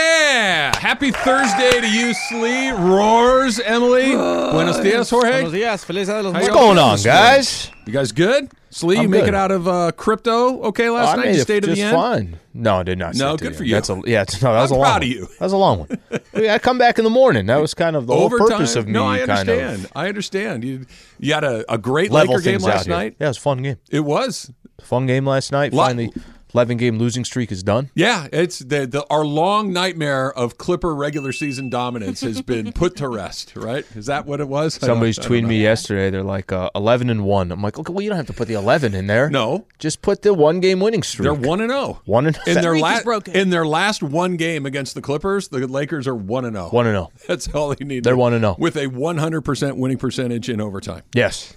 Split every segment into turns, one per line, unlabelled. Yeah! Happy Thursday to you, Slee. Roars, Emily. Buenos
Buenos
dias, Jorge.
días, feliz día de los muertos.
How y'all
What's going
doing
on,
this
guys?
morning? You guys good? Slee,
I'm
you make
good. Oh,
it out of uh, crypto okay last
I
night?
made
you
it
stayed to
just
the end?
fine. No, I did not.
No,
stay to
good
the
for
end.
you.
That's a, yeah, it's- no, that was
I'm
a long
proud of
one.
you.
That was a long one. I, mean, I come back in the morning. That was kind of the whole
Overtime.
purpose of me.
no, I
kind
understand.
of
I understand. You you had a, a great
level
Laker game
things out
last
here.
night.
Yeah, it was a fun game.
It was.
Fun game last night.
Lot-
Finally, eleven game losing streak is done.
Yeah, it's the, the our long nightmare of Clipper regular season dominance has been put to rest, right? Is that what it was? I don't-
Somebody's
I don't
tweeting
know.
me yesterday. They're like uh, eleven and one. I'm like, okay, well, you don't have to put the eleven in there.
No.
just put the one game winning streak.
They're 1 and 0.
one and oh.
in their
streak is
last
broken.
in their last one game against the Clippers, the Lakers are one and oh. zero.
one and oh. zero.
That's all they need.
They're oh. 1-0.
with a one hundred percent winning percentage in overtime,
Yes,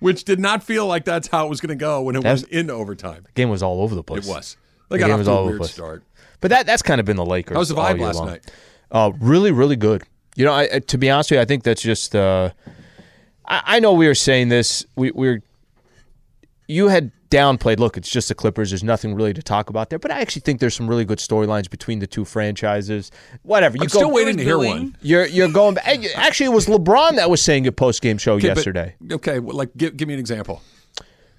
which did not feel like that's how it was going to go when it
That's-
was in overtime.
game was all over the place.
It was. They
The
got
game
off
was
to
all
a
over the
weird
place.
start.
But that that's kind of been the Lakers.
How was the
all
vibe
year
last
long.
night?
Uh, really, really good. You know, I, I- to be honest with you, I think that's just. Uh, I, I know we were saying this. We, we were. You had downplayed. Look, it's just the Clippers. There's nothing really to talk about there. But I actually think there's some really good storylines between the two franchises. Whatever. You
I'm
go.
still waiting to hear
booing.
one
You're you're going. back- Actually, it was LeBron that was saying at post game show
Okay, but-
yesterday. Um,
okay, well, like give, give me an example.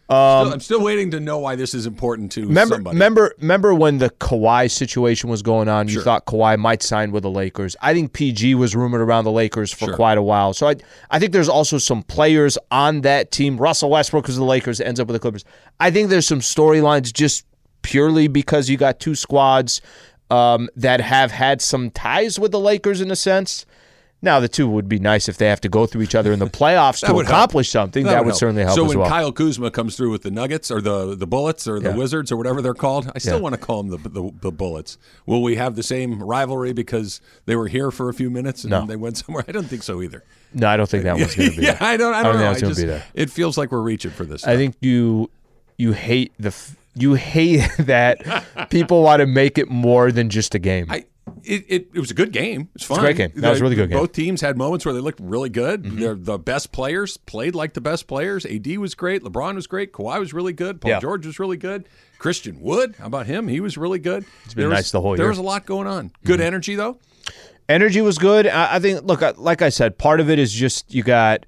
still, I'm still waiting to know why this is important to
Remember,
somebody.
remember, remember when the Kawhi situation was going on? You
Sure.
thought Kawhi might sign with the Lakers. I think PG was rumored around the Lakers for
Sure.
quite a while. So I, I think there's also some players on that team. Russell Westbrook is the Lakers, ends up with the Clippers. I think there's some storylines just purely because you got two squads um, that have had some ties with the Lakers in a sense. Now the two would be nice if they have to go through each other in the playoffs to
would help.
accomplish something. That, would,
help.
certainly help
So
as
when
well.
Kyle Kuzma comes through with the Nuggets or the the Bullets or the
Yeah.
Wizards or whatever they're called, I still
Yeah.
want to call them the, the the Bullets. Will we have the same rivalry because they were here for a few minutes and
No.
they went somewhere? I don't think so either.
no, I don't think that one's going to be.
yeah,
there.
I don't. I don't
think
know.
that's
I
gonna
just,
be there.
It feels like we're reaching for this.
I think you you hate the f- you hate that people want to make it more than just a game.
I it, it, it was a good game. It was fun.
great game. That was a really good game. Mm-hmm.
Both teams had moments where they looked really good. They're the best players played like the best players. AD was great. LeBron was great. Kawhi was really good. Paul
Yeah.
George was really good. Christian Wood, how about him? He was really good. It's
been nice the whole year.
There
Mm-hmm.
was a lot going on. Good energy though.
Energy was good. I, I think. Look, I- like I said, part of it is just you got.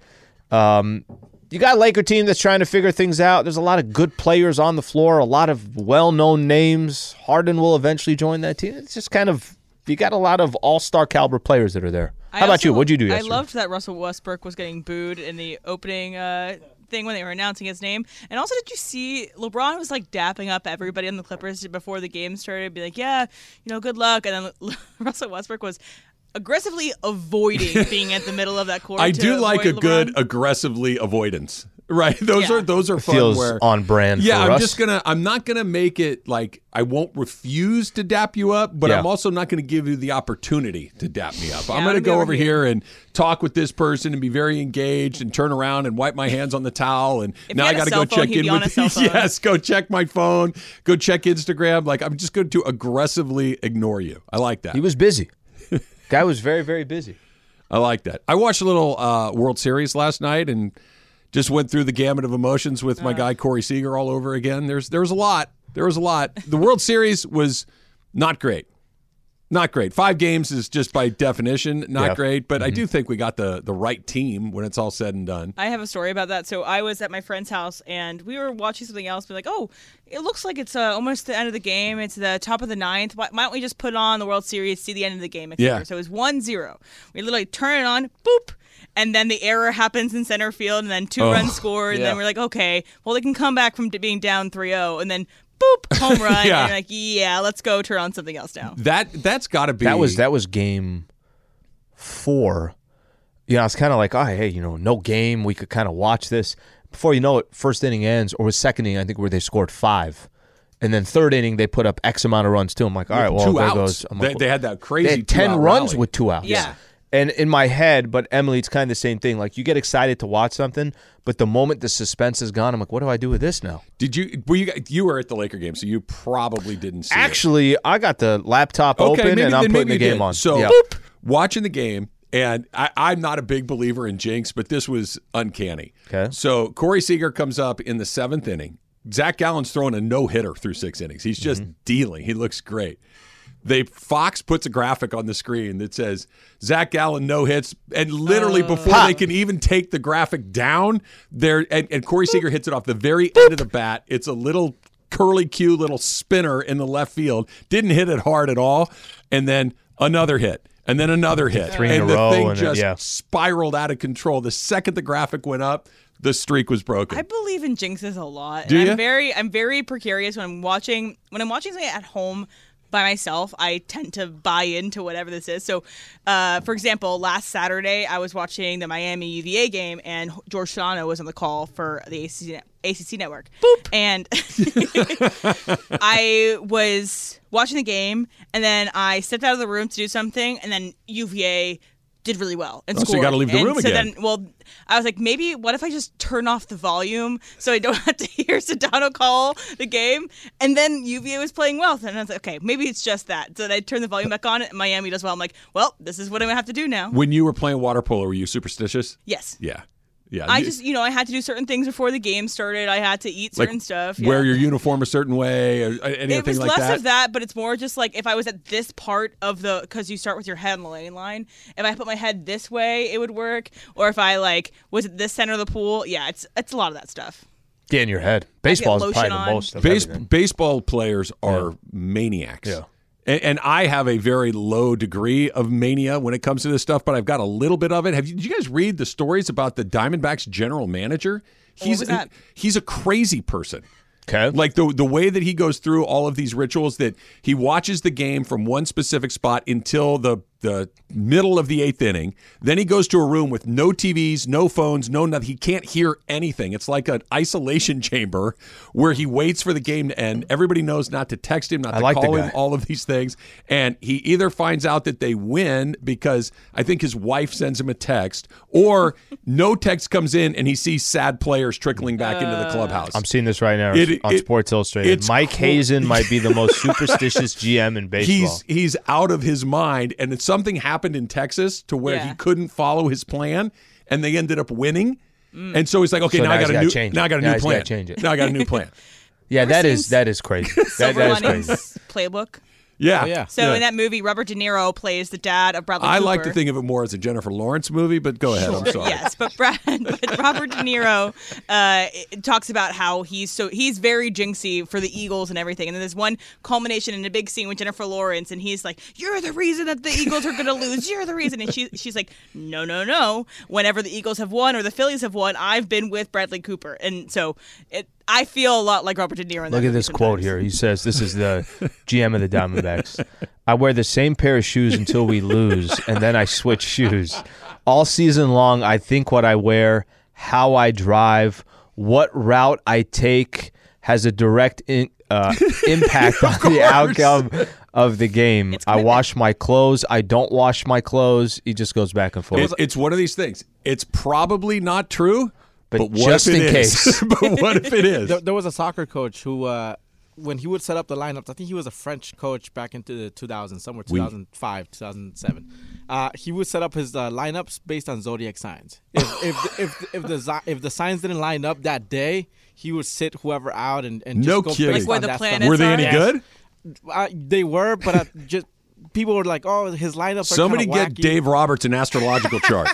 Um, you got a Laker team that's trying to figure things out. There's a lot of good players on the floor, a lot of well-known names. Harden will eventually join that team. It's just kind of you got a lot of all-star caliber players that are there. How
I
about
also-
you? What'd you do yesterday?
I loved that Russell Westbrook was getting booed in the opening uh, thing when they were announcing his name. And also, did you see LeBron was like dapping up everybody on the Clippers before the game started, be like, "Yeah, you know, good luck." And then Russell Westbrook was aggressively avoiding being at the middle of that court.
I
to
do like a
avoid
good
LeBron.
aggressively avoidance. Right. Those
Yeah.
are those are fun
feels
where
on brand.
Yeah,
for
I'm
us.
just gonna. I'm not gonna make it like I won't refuse to dap you up, but
Yeah.
I'm also not gonna give you the opportunity to dap me up. I'm
I'm gonna
gonna go
be
over
over
here and talk with this person and be very engaged and turn around and wipe my hands on the towel and
If
now
he
I
had a
gotta
cell
go
phone,
check
he'd
in
be on
with
his cell phone.
yes, go check my phone, go check Instagram. Like I'm just going to aggressively ignore you. I like that.
He was busy. Guy was very, very busy.
I like that. I watched a little uh, World Series last night and just went through the gamut of emotions with my guy Corey Seager all over again. There's there was a lot. There was a lot. The World Series was not great. Not great. Five games is just by definition not
Yeah. Mm-hmm.
great, but I do think we got the the right team when it's all said and done.
I have a story about that. So I was at my friend's house and we were watching something else. Be like, oh, it looks like it's uh, almost the end of the game. It's the top of the ninth. Why, why don't we just put on the World Series, see the end of the game, etc.
Yeah.
So it was 1-0. We literally turn it on, boop, and then the error happens in center field, and then two runs scored, and
Oh, yeah.
then we're like, okay, well they can come back from d- being down 3-0, and then boop, home run,
Yeah.
and you're like, yeah, let's go turn on something else now.
That that's got to be
That was that was game four. You know, it's kind of like, oh, hey, you know, no game. We could kind of watch this. Before you know it, first inning ends, or was second inning, I think, where they scored five. And then third inning, they put up X amount of runs, too. I'm like, all right, well,
two
there
outs.
goes. I'm
they,
like,
they had that crazy
they had 10
two-out
runs
rally.
with two outs.
Yeah.
And in my head, but Emily, it's kind of the same thing. Like, you get excited to watch something, but the moment the suspense is gone, I'm like, what do I do with this now?
Did you were you you were at the Laker game, so you probably didn't see it.
Actually, I got the laptop open
maybe-
and
then
I'm putting
maybe
the
you
game
did.
on.
So
yeah.
boop, watching the game, and I, I'm not a big believer in jinx, but this was uncanny.
Okay.
So Corey Seager comes up in the seventh
Mm-hmm.
inning. Zach Gallen's throwing a no hitter through six innings. He's just dealing. He looks great. they Fox puts a graphic on the screen that says Zach Allen no hits, and literally
Oh.
before they can even take the graphic down, there and, and Corey Seager hits it off the very end of the bat. It's a little curly Q little spinner in the left field. Didn't hit it hard at all, and then another hit. And then another hit.
Three in
and
a
the
row,
thing
and it-
just
yeah.
spiraled out of control. The second the graphic went up, the streak was broken.
I believe in jinxes a lot.
Do
and
ya?
I'm very I'm very precarious when I'm watching when I'm watching something at home by myself, I tend to buy into whatever this is. So, uh, for example, last Saturday I was watching the Miami UVA game, and George Shano was on the call for the ACC, net- ACC network. Boop. And I was watching the game, and then I stepped out of the room to do something, and then UVA did really well and
Oh, so you
scored.
gotta leave the
And
room
so
again.
Then, well, I was like, maybe what if I just turn off the volume so I don't have to hear Sedano call the game? And then UVA was playing well, so then I was like, okay, maybe it's just that. So then I turn the volume back on, and Miami does well. I'm like, well, this is what I'm gonna have to do now.
when you were playing water polo, were you superstitious?
Yes.
Yeah. Yeah.
I
You-
just, you know, I had to do certain things before the game started. I had to eat certain stuff. yeah.
wear your uniform a certain way or uh, anything
it was
like
less
that.
of that, but it's more just like if I was at this part of the because you start with your head on the lane line. If I put my head this way, it would work. Or if I like was at this center of the pool, yeah, it's it's a lot of that stuff.
Get in your head. Baseball is
lotion
probably the
on.
most. Of
Base-
everything.
baseball players are maniacs.
Yeah.
And, and I have a very low degree of mania when it comes to this stuff, but I've got a little bit of it. Have you, did you guys read the stories about the Diamondbacks general manager? He's
was that?
he's a crazy person.
Okay.
Like the the way that he goes through all of these rituals that he watches the game from one specific spot until the the middle of the eighth inning. Then he goes to a room with no TVs, no phones, no nothing. He can't hear anything. It's like an isolation chamber where he waits for the game to end. Everybody knows not to text him, not to
like the
call him,
guy.
all of these things. And he either finds out that they win because I think his wife sends him a text, or no text comes in and he sees sad players trickling back into the clubhouse.
I'm seeing this right now
It-
on
it-
Sports Illustrated.
it's
Mike
cor-
Hazen might be the most superstitious GM in baseball.
he's he's out of his mind and it's something happened in Texas to where he
Yeah.
couldn't follow his plan and they ended up winning.
Mm.
And so he's like, okay,
So
now, I
now he's
got a
gotta
new
change
now I
it.
got a
Now
new
he's gotta
plan.
change it.
Now I got a new plan.
yeah, that is
since-
that is crazy. That,
Silver
that is crazy.
Linings playbook.
Yeah.
yeah.
So in that movie, Robert De Niro plays the dad of Bradley.
I like to
Cooper.
think of it more as a Jennifer Lawrence movie, but go ahead. I'm sorry.
Yes, but Brad, but Robert De Niro uh, it talks about how he's so he's very jinxy for the Eagles and everything. And then there's one culmination in a big scene with Jennifer Lawrence, and he's like, "You're the reason that the Eagles are going to lose. You're the reason." And she she's like, "No, no, no. Whenever the Eagles have won or the Phillies have won, I've been with Bradley Cooper." And so it, I feel a lot like Robert De Niro. In that
Look at
movie
this quote
sometimes.
here. He says, "This is the GM of the Diamondbacks. I wear the same pair of shoes until we lose, and then I switch shoes. All season long, I think what I wear, how I drive, what route I take has a direct in, uh, impact on the outcome of the game. I wash my clothes. I don't wash my clothes. He just goes back and forth.
It- it's one of these things. It's probably not true, but,
But
what
just
if it
in
is?
case.
but what if it is?
There, there was a soccer coach who, uh, when he would set up the lineups, I think he was a French coach back into the 2000s, somewhere 2005, 2007. Uh, he would set up his uh, lineups based on zodiac signs. If if, if, if the zi- if the signs didn't line up that day, he would sit whoever out and, and just
No
go
kidding.
based
Like
where
on
the
that
planets
stuff.
Were they any
Yes.
good?
Uh, they were, but I just people were like, "Oh, his lineups." Are
Somebody
kinda
get
wacky.
Dave Roberts an astrological chart.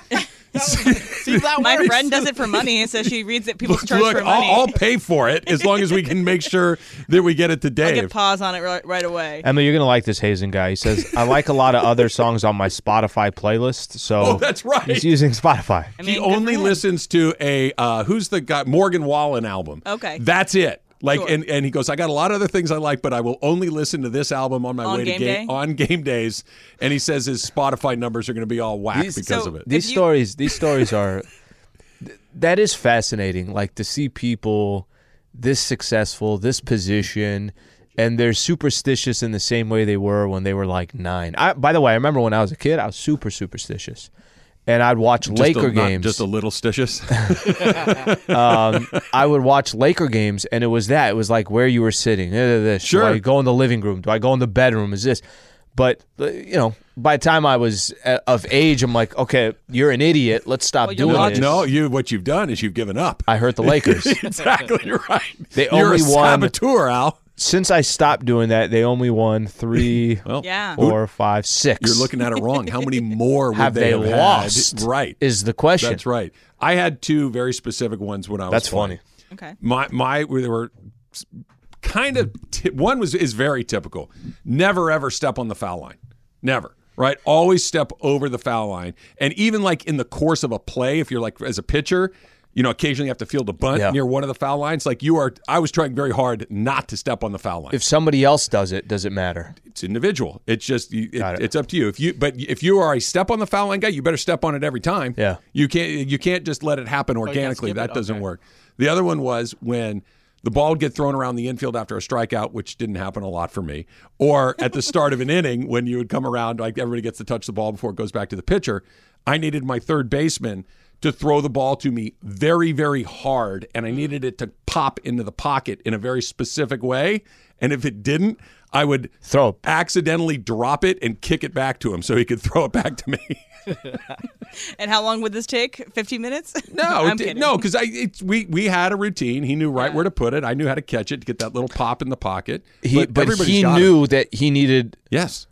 See, that
My
works.
friend does it for money, so she reads it people's charts
Look,
for
I'll,
money.
I'll pay for it as long as we can make sure that we get it to
I'll
Dave.
get pause on it right, right away.
Emma, you're gonna like this Hazen guy. He says, "I like a lot of other songs on my Spotify playlist." So
Oh, that's right.
He's using Spotify.
I
he
mean, good for
only
him.
listens to a uh, who's the guy Morgan Wallen album.
Okay.
that's it. Like
Sure.
and, and he goes, I got a lot of other things I like, but I will only listen to this album on my
On
way
game
to game
day?
on game days. And he says his Spotify numbers are going to be all whack
These-
because
So-
of it.
These
If you-
stories, these stories are th- that is fascinating. Like to see people this successful, this position, and they're superstitious in the same way they were when they were like nine. I, by the way, I remember when I was a kid, I was super superstitious, and I'd watch
Just a-
Laker
not-
games.
just a little stitious.
um, I would watch Laker games, and it was that. It was like where you were sitting. eh, This.
Sure.
Do I go in the living room? Do I go in the bedroom? Is this? But uh, you know, by the time I was uh, of age, I'm like, okay, you're an idiot. Let's stop
Well, you're
doing
Not-
this.
no, you what you've done is you've given up.
I hurt the Lakers.
exactly right.
They
You're
only
a
won-
saboteur, Al.
since I stopped doing that, they only won three,
Well,
Yeah.
four, five, six.
You're looking at it wrong. How many more would
have they,
have had?
lost?
Right.
is the question.
That's right. I had two very specific ones when I was.
That's
playing.
funny.
Okay.
My my there were kind of ti one was is very typical. Never ever step on the foul line. Never. Right? Always step over the foul line. And even like in the course of a play, if you're like as a pitcher, you know, occasionally you have to field a bunt
Yeah.
near one of the foul lines. Like you are I was trying very hard not to step on the foul line.
If somebody else does it, does it matter?
it's individual. It's just you- it,
Got it.
it's up to you. If you but if you are a step on the foul line guy, you better step on it every time.
Yeah.
you can't you can't just let it happen organically.
Oh, skip
that
it?
doesn't
Okay.
work. The other one was when the ball would get thrown around the infield after a strikeout, which didn't happen a lot for me, or at the start of an inning when you would come around like everybody gets to touch the ball before it goes back to the pitcher. I needed my third baseman to throw the ball to me very very hard and I
Mm.
needed it to pop into the pocket in a very specific way and if it didn't I would
Throw it.
accidentally drop it and kick it back to him so he could throw it back to me.
And how long would this take? 15 minutes?
No,
I'm
it, did-
kidding.
no, because I it's, we we had a routine. He knew right where to put it. I knew how to catch it to get that little pop in the pocket.
He, but
everybody's
he
got it.
knew that he needed.
Yes,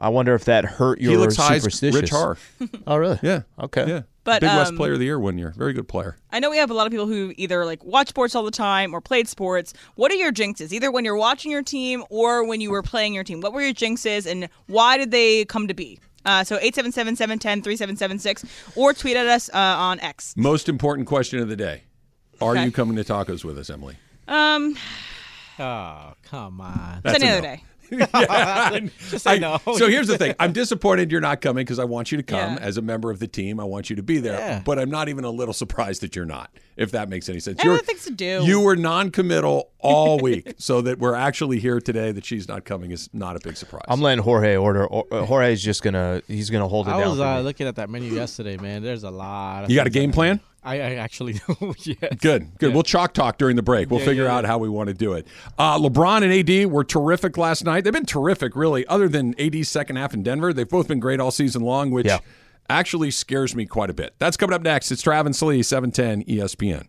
I wonder if that hurt your
Helix High's
superstitious.
Rich Har.
Oh, really?
Yeah.
Okay.
Yeah.
But,
Big West
um,
Player of the Year one year. Very good player.
I know we have a lot of people who either like watch sports all the time or played sports. What are your jinxes? Either when you're watching your team or when you were playing your team. What were your jinxes and why did they come to be? Uh, so 877-710-3776 or tweet at us uh, on X.
Most important question of the day: Are
Okay.
you coming to tacos with us, Emily?
Um,
Oh, come on.
it's another
enough.
day.
Just say
I-
no.
So here's the thing. I'm disappointed you're not coming because I want you to come
Yeah.
as a member of the team. I want you to be there.
Yeah.
But I'm not even a little surprised that you're not, if that makes any sense.
I have
You're-
other things to do.
You were non committal all week. so that we're actually here today that she's not coming is not a big surprise.
I'm letting Jorge order. Or, uh, Jorge's just gonna. He's gonna hold it
I
down.
was
for
uh,
me.
looking at that menu yesterday, man. There's a lot. Of
you got a
things
game plan?
I, I actually do. yes.
Good, good. We'll chalk talk during the break. We'll figure out how we want to do it. Uh, LeBron and AD were terrific last night. They've been terrific, really. Other than AD's second half in Denver, they've both been great all season long, which
Yeah.
actually scares me quite a bit. That's coming up next. It's Travis Lee, seven ten E ESPN.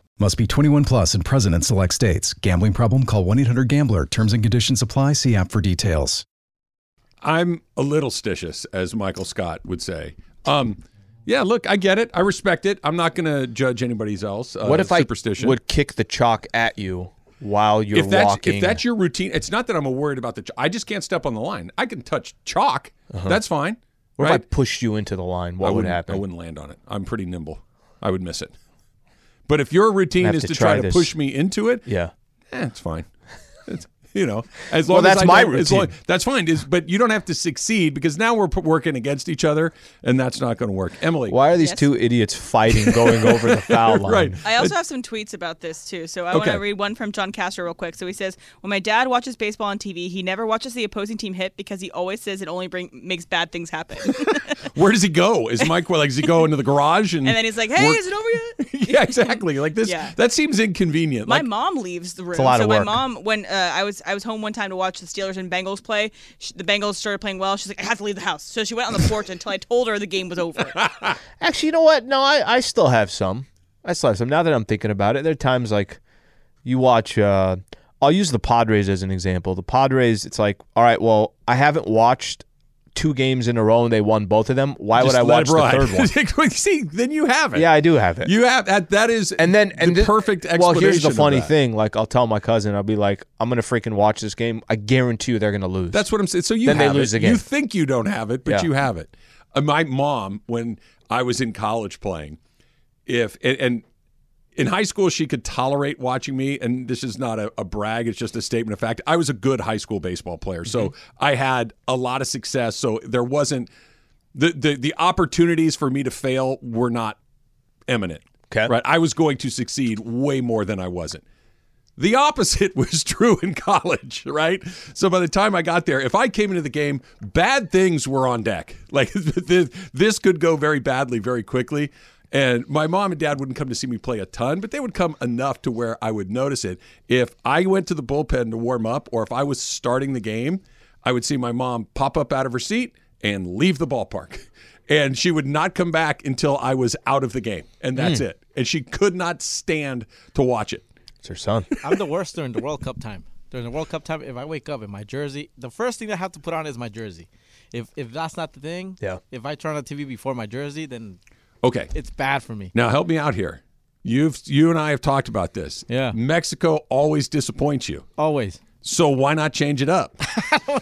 Must be 21 plus and present in select states. Gambling problem? Call 1 800 GAMBLER. Terms and conditions apply. See app for details.
I'm a little stitious, as Michael Scott would say. Um, yeah, look, I get it. I respect it. I'm not going to judge anybody's else. Uh,
what if I
superstition.
would kick the chalk at you while you're
if that's
walking?
if that's your routine, it's not that I'm worried about the. Ch- I just can't step on the line. I can touch chalk. That's fine.
Uh-huh. what
right?
if I pushed you into the line?
I
What would
wouldn't-
happen?
I wouldn't land on it. I'm pretty nimble. I would miss it. But if your routine
have
is to,
to
try,
try
to
this.
push me into it,
yeah.
eh, it's fine. It's, you know, as
Well,
long as
that's
I
my
don't- as long-
routine.
that's fine. Is but you don't have to succeed because now we're p- working against each other, and that's not going to work. Emily,
Why are these two idiots fighting going over the foul line?
right?
I also have some tweets about this too. So I want
Okay.
to read one from John Castro real quick. So he says, "When my dad watches baseball on TV, he never watches the opposing team hit because he always says it only bring makes bad things happen."
Where does he go? Is Mike like does he go into the garage and
and then he's like, "Hey,
work-
is it over yet?"
yeah, exactly. Like this.
Yeah.
That seems inconvenient.
My
like,
mom leaves the room.
a lot
so
of
my
work.
mom, when uh, I was I was home one time to watch the Steelers and Bengals play, sh the Bengals started playing well. She's like, I have to leave the house. So she went on the porch until I told her the game was over.
Actually, you know what? No, I, I still have some. I still have some. Now that I'm thinking about it, there are times like you watch uh, I'll use the Padres as an example. The Padres, it's like, all right, well, I haven't watched two games in a row and they won both of them. Why would I watch the third one?
one? See, then you have it.
yeah, I do have it.
You have that. That is
and then and
the
thi-
perfect
Well,
explanation.
here's the
of
funny
that.
thing. Like, I'll tell my cousin, I'll be like, I'm gonna freaking watch this game. I guarantee you, they're gonna lose.
That's what I'm saying. So you
Then they
have
lose
it.
again.
You think you don't have it, but
Yeah.
you have it. Uh, my mom, when I was in college playing, if and, and in high school she could tolerate watching me, and this is not a, a brag; it's just a statement of fact. I was a good high school baseball player, so I had a lot of success. So there wasn't the the, the opportunities for me to fail were not eminent.
Okay.
right? I was going to succeed way more than I wasn't. The opposite was true in college, right? So by the time I got there, if I came into the game, bad things were on deck. Like this this could go very badly very quickly. And my mom and dad wouldn't come to see me play a ton, but they would come enough to where I would notice it. If I went to the bullpen to warm up or if I was starting the game, I would see my mom pop up out of her seat and leave the ballpark. And she would not come back until I was out of the game. And that's it. And she could not stand to watch it.
it's her son.
I'm the worst during the World Cup time. During the World Cup time, if I wake up in my jersey, the first thing I have to put on is my jersey. If if that's not the thing,
Yeah.
If I turn on the TV before my jersey, then
Okay.
it's bad for me.
Now help me out here. You've you and I have talked about this.
Yeah.
Mexico always disappoints you.
Always.
So why not change it up?
Oh,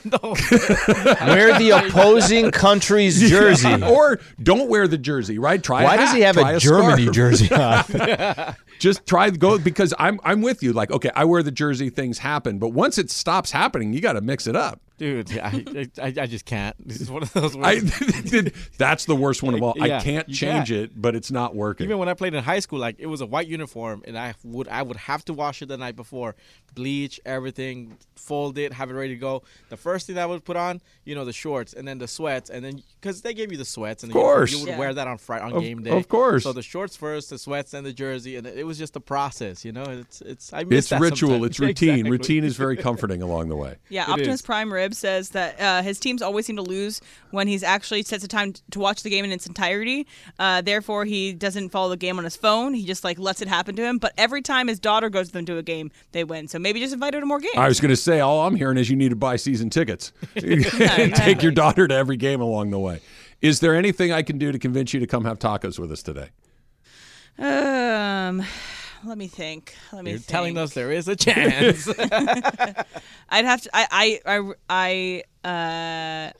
Wear the opposing country's jersey.
or don't wear the jersey, right? Try a
Why does
hat,
he have
try
a Germany
scarf.
jersey on?
Just try go because I'm I'm with you. Like, okay, I wear the jersey, things happen, but once it stops happening, you gotta mix it up.
Dude, I, I I just can't. This is one of those.
I
Words.
that's the worst one of all. I
Yeah,
can't
you
change
can't.
it, but it's not working.
Even when I played in high school, like it was a white uniform, and I would I would have to wash it the night before, bleach everything, fold it, have it ready to go. The first thing I would put on, you know, the shorts, and then the sweats, and then because they gave you the sweats, and of
course.
you, would
Yeah.
wear that on Friday on game day,
of course.
So the shorts first, the sweats, and the jersey, and it was just a process, you know. It's it's I miss
it's
that
ritual,
sometimes.
it's routine.
Exactly.
Routine is very comforting along the way.
Yeah,
It
Optimus
is.
Prime Rib says that uh, his teams always seem to lose when he's actually sets a time t- to watch the game in its entirety. Uh, therefore, he doesn't follow the game on his phone. He just like lets it happen to him. But every time his daughter goes with him to a game, they win. So maybe just invite her to more games.
I was going to say, all I'm hearing is you need to buy season tickets. Take your daughter to every game along the way. Is there anything I can do to convince you to come have tacos with us today?
um, let me think. Let me.
You're
think.
telling us there is a chance.
I'd have to. I. I. I. I uh,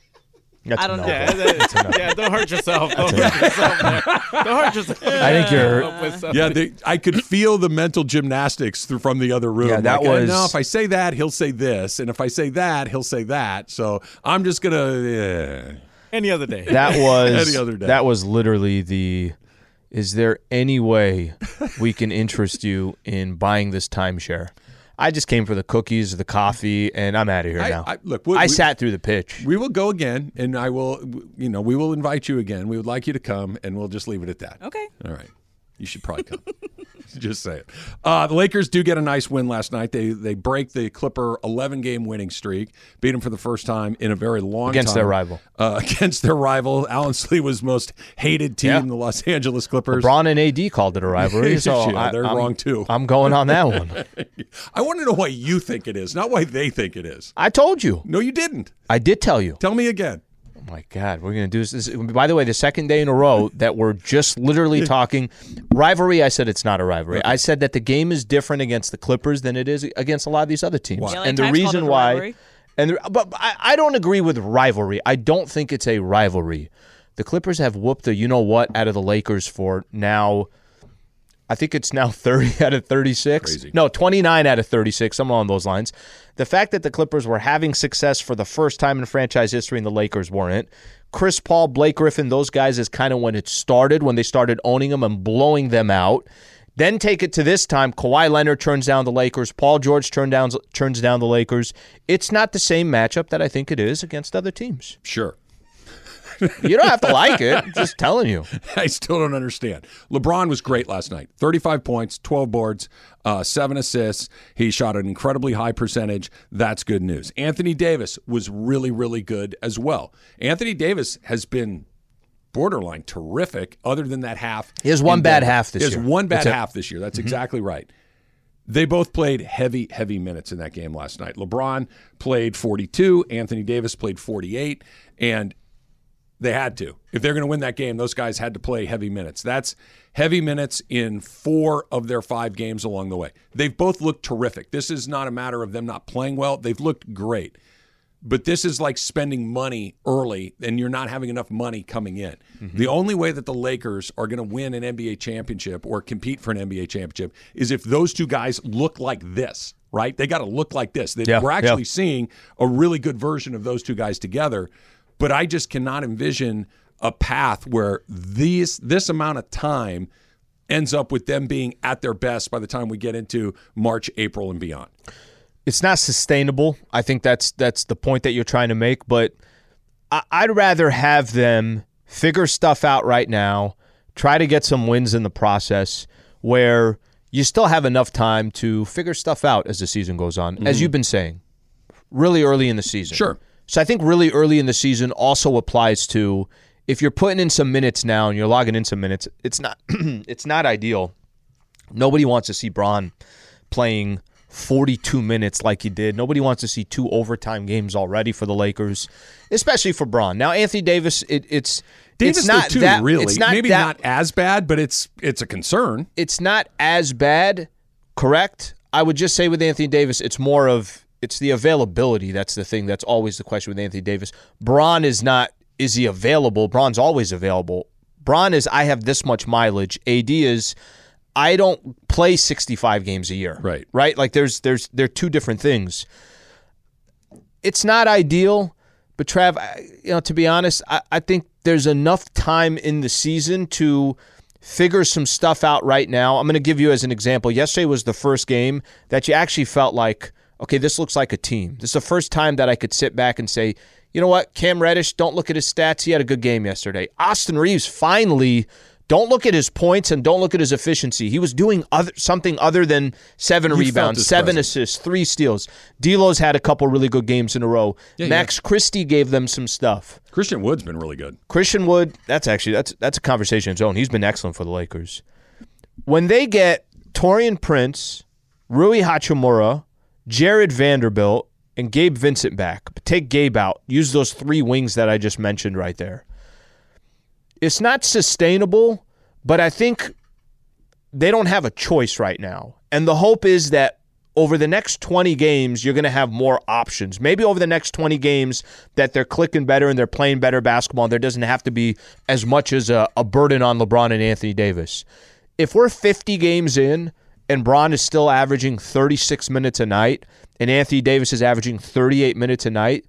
That's
I don't know.
no.
yeah, that- yeah, don't hurt yourself. Don't hurt yourself. there. Don't hurt yourself.
I think you're-
Up with something.
Yeah, they, I could feel the mental gymnastics through, from the other room.
Yeah, that
Like, "Eh,
was-
No, if I say that, he'll say this, and if I say that, he'll say that. So I'm just gonna. eh.
Any other day.
That was
Any other day.
that was literally the. Is there any way we can interest you in buying this timeshare? I just came for the cookies, the coffee, and I'm out of here
I-
now.
I- look, we-
I
we-
sat through the pitch.
We will go again, and I will. You know, we will invite you again. We would like you to come, and we'll just leave it at that.
okay.
All right. You should probably come. Just say it. Uh, the Lakers do get a nice win last night. They they break the Clipper 11 game winning streak, beat them for the first time in a very long
Against
time.
their rival.
Uh, against their rival, Allen Sliwa's most hated team,
Yeah.
the Los Angeles Clippers.
Braun and AD called it a rivalry, so
Yeah,
I,
they're
am
wrong too.
I'm going on that one.
I want to know why you think it is, not why they think it is.
I told you.
No, you didn't.
I did tell you.
Tell me again.
Oh my God, we're gonna do this. this. By the way, the second day in a row that we're just literally talking rivalry. I said it's not a rivalry. I said that the game is different against the Clippers than it is against a lot of these other teams,
The LA
and the
Times called
reason
it a
why.
rivalry.
And the, but I, I don't agree with rivalry. I don't think it's a rivalry. The Clippers have whooped the you know what out of the Lakers for now. I think it's now 30 out of 36. No, 29 out of 36, something along those lines. The fact that the Clippers were having success for the first time in franchise history and the Lakers weren't. Chris Paul, Blake Griffin, those guys is kind of when it started, when they started owning them and blowing them out. Then take it to this time. Kawhi Leonard turns down the Lakers. Paul George turns down, turns down the Lakers. It's not the same matchup that I think it is against other teams.
Sure.
You don't have to like it. I'm just telling you.
I still don't understand. LeBron was great last night 35 points, 12 boards, uh, seven assists. He shot an incredibly high percentage. That's good news. Anthony Davis was really, really good as well. Anthony Davis has been borderline terrific, other than that half.
He has one
in
bad
Denver.
half this
He has
year.
one bad
That's it. Mm-hmm.
half this year. That's exactly right. They both played heavy, heavy minutes in that game last night. LeBron played 42, Anthony Davis played 48, and they had to. If they're going to win that game, those guys had to play heavy minutes. That's heavy minutes in four of their five games along the way. They've both looked terrific. This is not a matter of them not playing well, they've looked great. But this is like spending money early and you're not having enough money coming in. The only way that the Lakers are going to win an NBA championship or compete for an NBA championship is if those two guys look like this, right? They got to look like this. They,
Yeah,
we're
yeah.
actually seeing a really good version of those two guys together. But I just cannot envision a path where these this amount of time ends up with them being at their best by the time we get into March, April, and beyond.
it's not sustainable. I think that's that's the point that you're trying to make. But I, I'd rather have them figure stuff out right now, try to get some wins in the process, where you still have enough time to figure stuff out as the season goes on, as you've been saying, really early in the season.
Sure.
So I think really early in the season also applies to if you're putting in some minutes now and you're logging in some minutes. It's not it's not ideal. Nobody wants to see Braun playing 42 minutes like he did. Nobody wants to see two overtime games already for the Lakers, especially for Braun. Now Anthony Davis, it, it's
Davis
it's not
though, too,
that
really.
It's not
Maybe
that,
not as bad, but it's it's a concern.
It's not as bad, correct? I would just say with Anthony Davis, it's more of it's the availability that's the thing that's always the question with Anthony Davis. Braun is not is he available? Braun's always available. Braun is I have this much mileage. AD is I don't play 65 games a year.
Right.
Right? Like there's there's they're two different things. It's not ideal, but Trav, I- you know, to be honest, I, I think there's enough time in the season to figure some stuff out right now. I'm going to give you as an example. Yesterday was the first game that you actually felt like, okay, this looks like a team. This is the first time that I could sit back and say, you know what, Cam Reddish, don't look at his stats. He had a good game yesterday. Austin Reeves finally don't look at his points and don't look at his efficiency. He was doing other something other than seven rebounds,
his
seven
presence.
assists, three steals. D'Lo's had a couple really good games in a row.
yeah.
Max Christie gave them some stuff.
Christian Wood's been really good.
Christian Wood, that's actually that's that's a conversation of his own. He's been excellent for the Lakers. When they get Torian Prince, Rui Hachimura, Jared Vanderbilt, and Gabe Vincent back, but take Gabe out, use those three wings that I just mentioned right there. It's not sustainable, but I think they don't have a choice right now. And the hope is that over the next 20 games, you're going to have more options. Maybe over the next 20 games that they're clicking better and they're playing better basketball. And there doesn't have to be as much as a, a burden on LeBron and Anthony Davis. If we're 50 games in and Braun is still averaging 36 minutes a night and Anthony Davis is averaging 38 minutes a night,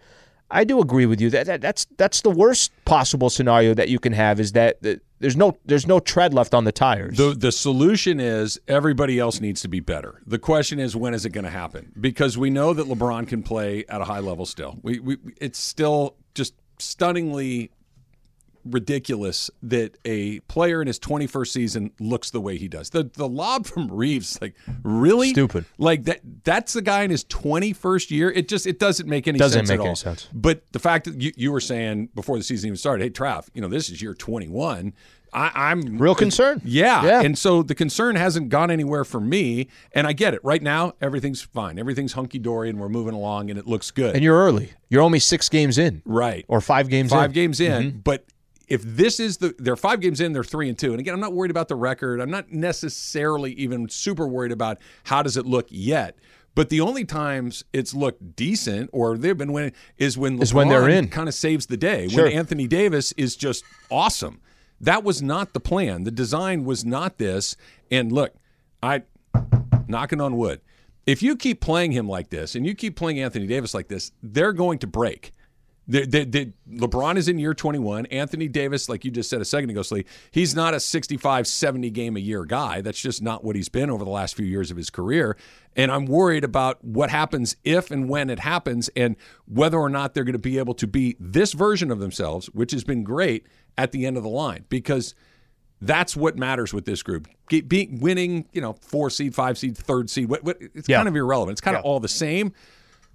I do agree with you that, that that's that's the worst possible scenario that you can have is that, that there's no there's no tread left on the tires.
The the solution is everybody else needs to be better. The question is when is it going to happen? Because we know that LeBron can play at a high level still. We, we it's still just stunningly ridiculous that a player in his 21st season looks the way he does. The the lob from Reeves like really
Stupid.
Like that that's the guy in his 21st year. It just it doesn't make any
Doesn't
sense
make
at
any
all.
sense.
But the fact that you, you were saying before the season even started, hey Trav, you know this is year 21. I, I'm
Real concern.
yeah.
Yeah.
And so the concern hasn't gone anywhere for me. And I get it. Right now, everything's fine. Everything's hunky dory and we're moving along and it looks good.
And you're early. You're only six games in,
right.
or five games
five
in. Mm-hmm.
games in. But if this is the, they're five games in, they're three and two. And again, I'm not worried about the record. I'm not necessarily even super worried about how does it look yet. But the only times it's looked decent or they've been winning is when
Is when they're in.
kind of saves the day
Sure.
when Anthony Davis is just awesome. That was not the plan. The design was not this. And look, I knocking on wood. If you keep playing him like this and you keep playing Anthony Davis like this, they're going to break. They- they- they- LeBron is in year 21. Anthony Davis, like you just said a second ago, Slee, he's not a 65, 70 game a year guy. That's just not what he's been over the last few years of his career. And I'm worried about what happens if and when it happens and whether or not they're going to be able to be this version of themselves, which has been great at the end of the line because that's what matters with this group. Get, be, winning, you know, four seed, five seed, third seed, what, what, it's
Yeah.
kind of irrelevant. It's kind of all the same.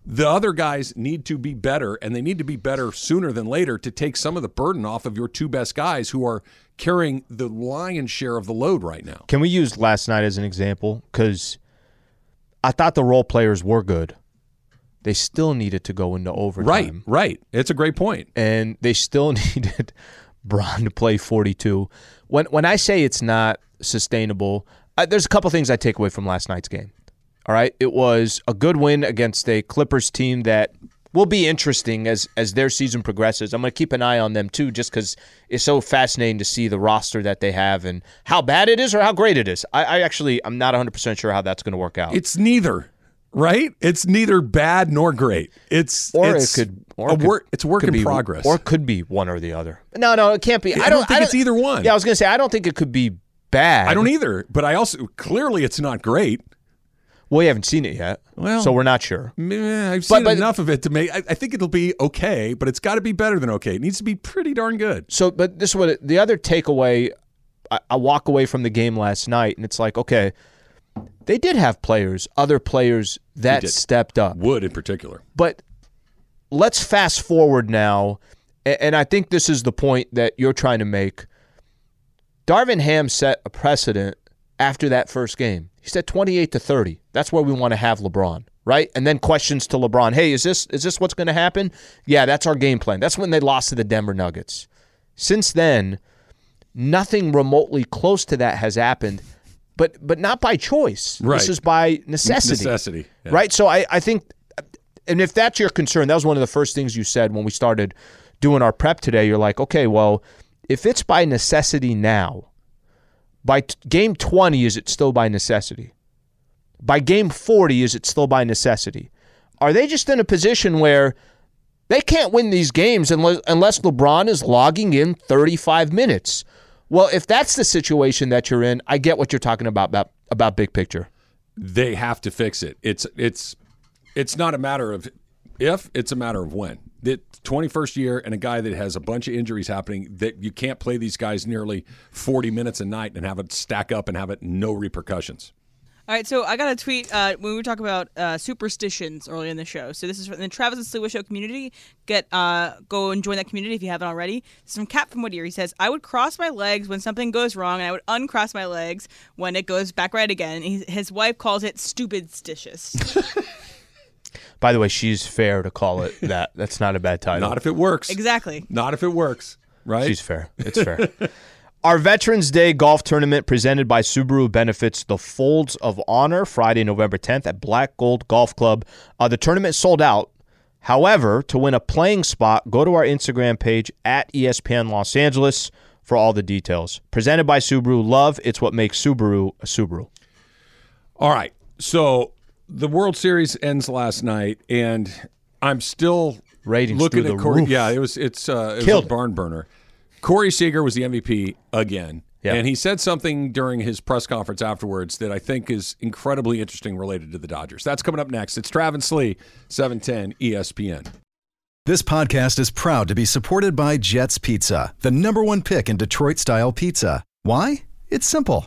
The other guys need to be better, and they need to be better sooner than later to take some of the burden off of your two best guys who are carrying the lion's share of the load right now.
Can we use last night as an example? Because I thought the role players were good. They still needed to go into overtime.
Right, right. It's a great point.
and they still needed Braun to play 42. When when I say it's not sustainable, I, there's a couple things I take away from last night's game. All right, it was a good win against a Clippers team that will be interesting as as their season progresses. I'm going to keep an eye on them too, just because it's so fascinating to see the roster that they have and how bad it is or how great it is. I, I actually I'm not 100 percent sure how that's going to work out.
It's neither, right? It's neither bad nor great. It's
or it
it's
could or
a
it could-
work. It's a work
could
in
be-
progress.
or it could be one or the other. No, no, it can't be. I don't,
I don't think it's either one.
Yeah, I was gonna say I don't think it could be bad.
I don't either, but I also clearly it's not great.
We haven't seen it yet,
Well-
so we're not sure.
Meh, I've seen
but-
enough of it to make. I, I think it'll be okay, but it's got to be better than okay. It needs to be pretty darn good.
So, but this is what the other takeaway. I, I walk away from the game last night, and it's like, okay, they did have players, other players that
did.
stepped up.
Wood in particular.
But let's fast forward now, a- and I think this is the point that you're trying to make. Darvin Ham set a precedent after that first game. He said 28 to 30. That's where we want to have LeBron, right? And then questions to LeBron. Hey, is this is this what's going to happen? Yeah, that's our game plan. That's when they lost to the Denver Nuggets. Since then, nothing remotely close to that has happened. But but not by choice.
Right.
This is by necessity.
Necessity, yeah.
Right? So I, I think and if that's your concern, that was one of the first things you said when we started doing our prep today. You're like, okay, well, if it's by necessity now, by t- game 20, is it still by necessity? By game 40, is it still by necessity? Are they just in a position where they can't win these games unless, unless LeBron is logging in 35 minutes? Well, if that's the situation that you're in, I get what you're talking about about, about big picture.
They have to fix it. It's it's it's not a matter of if. It's a matter of when. The 21st year and a guy that has a bunch of injuries happening that you can't play these guys nearly 40 minutes a night and have it stack up and have it no repercussions.
All right, so I got a tweet uh, when we were talking about uh, superstitions early in the show. So this is from the Travis and Sliwa Show community. Get uh, go and join that community if you haven't already. This is from Cap from Whittier. He says, "I would cross my legs when something goes wrong, and I would uncross my legs when it goes back right again." And he, his wife calls it stupid stitious.
By the way, she's fair to call it that. That's not a bad title.
Not if it works.
exactly.
Not if it works. Right.
She's fair. It's fair. Our Veterans Day golf tournament presented by Subaru benefits the Folds of Honor Friday, November 10th at Black Gold Golf Club. Uh, the tournament sold out. However, to win a playing spot, go to our Instagram page at E ESPN Los Angeles for all the details. Presented by Subaru Love. It's what makes Subaru a Subaru.
All right. So the World Series ends last night, and I'm still
Ratings
looking
through
at
the
Corey.
roof.
Yeah, it was it's uh, it
Killed
was a
it.
barn burner. Corey Seager was the MVP again,
Yeah.
and he said something during his press conference afterwards that I think is incredibly interesting related to the Dodgers. That's coming up next. It's Travis Lee, seven ten E ESPN.
This podcast is proud to be supported by Jets Pizza, the number one pick in Detroit style pizza. Why? It's simple.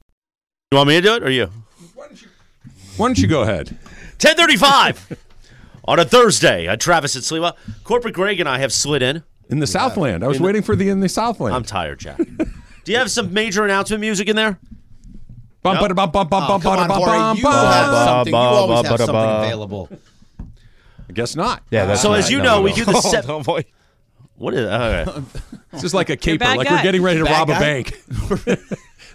You want me to do it or you?
Why don't you go ahead?
1035 on a Thursday at Travis and Sliwa. Corporate Greg and I have slid in.
In the Southland, I was waiting for the in the Southland.
I'm tired, Jack. do you have some major announcement music in there?
Bum, bada, bum, bum, bum,
Oh,
bum,
come
bada,
on,
bum,
Corey.
bum,
You
bum.
have uh, something. You
ba,
always
ba,
have
da,
something
ba.
available.
I guess not.
Yeah, that's
So,
not-
as you
Uh, no,
know,
no,
we
no.
do the set. What is all right.
It's just like a caper,
bad
like we're
guy.
getting ready to
Bad
rob a
guy?
bank.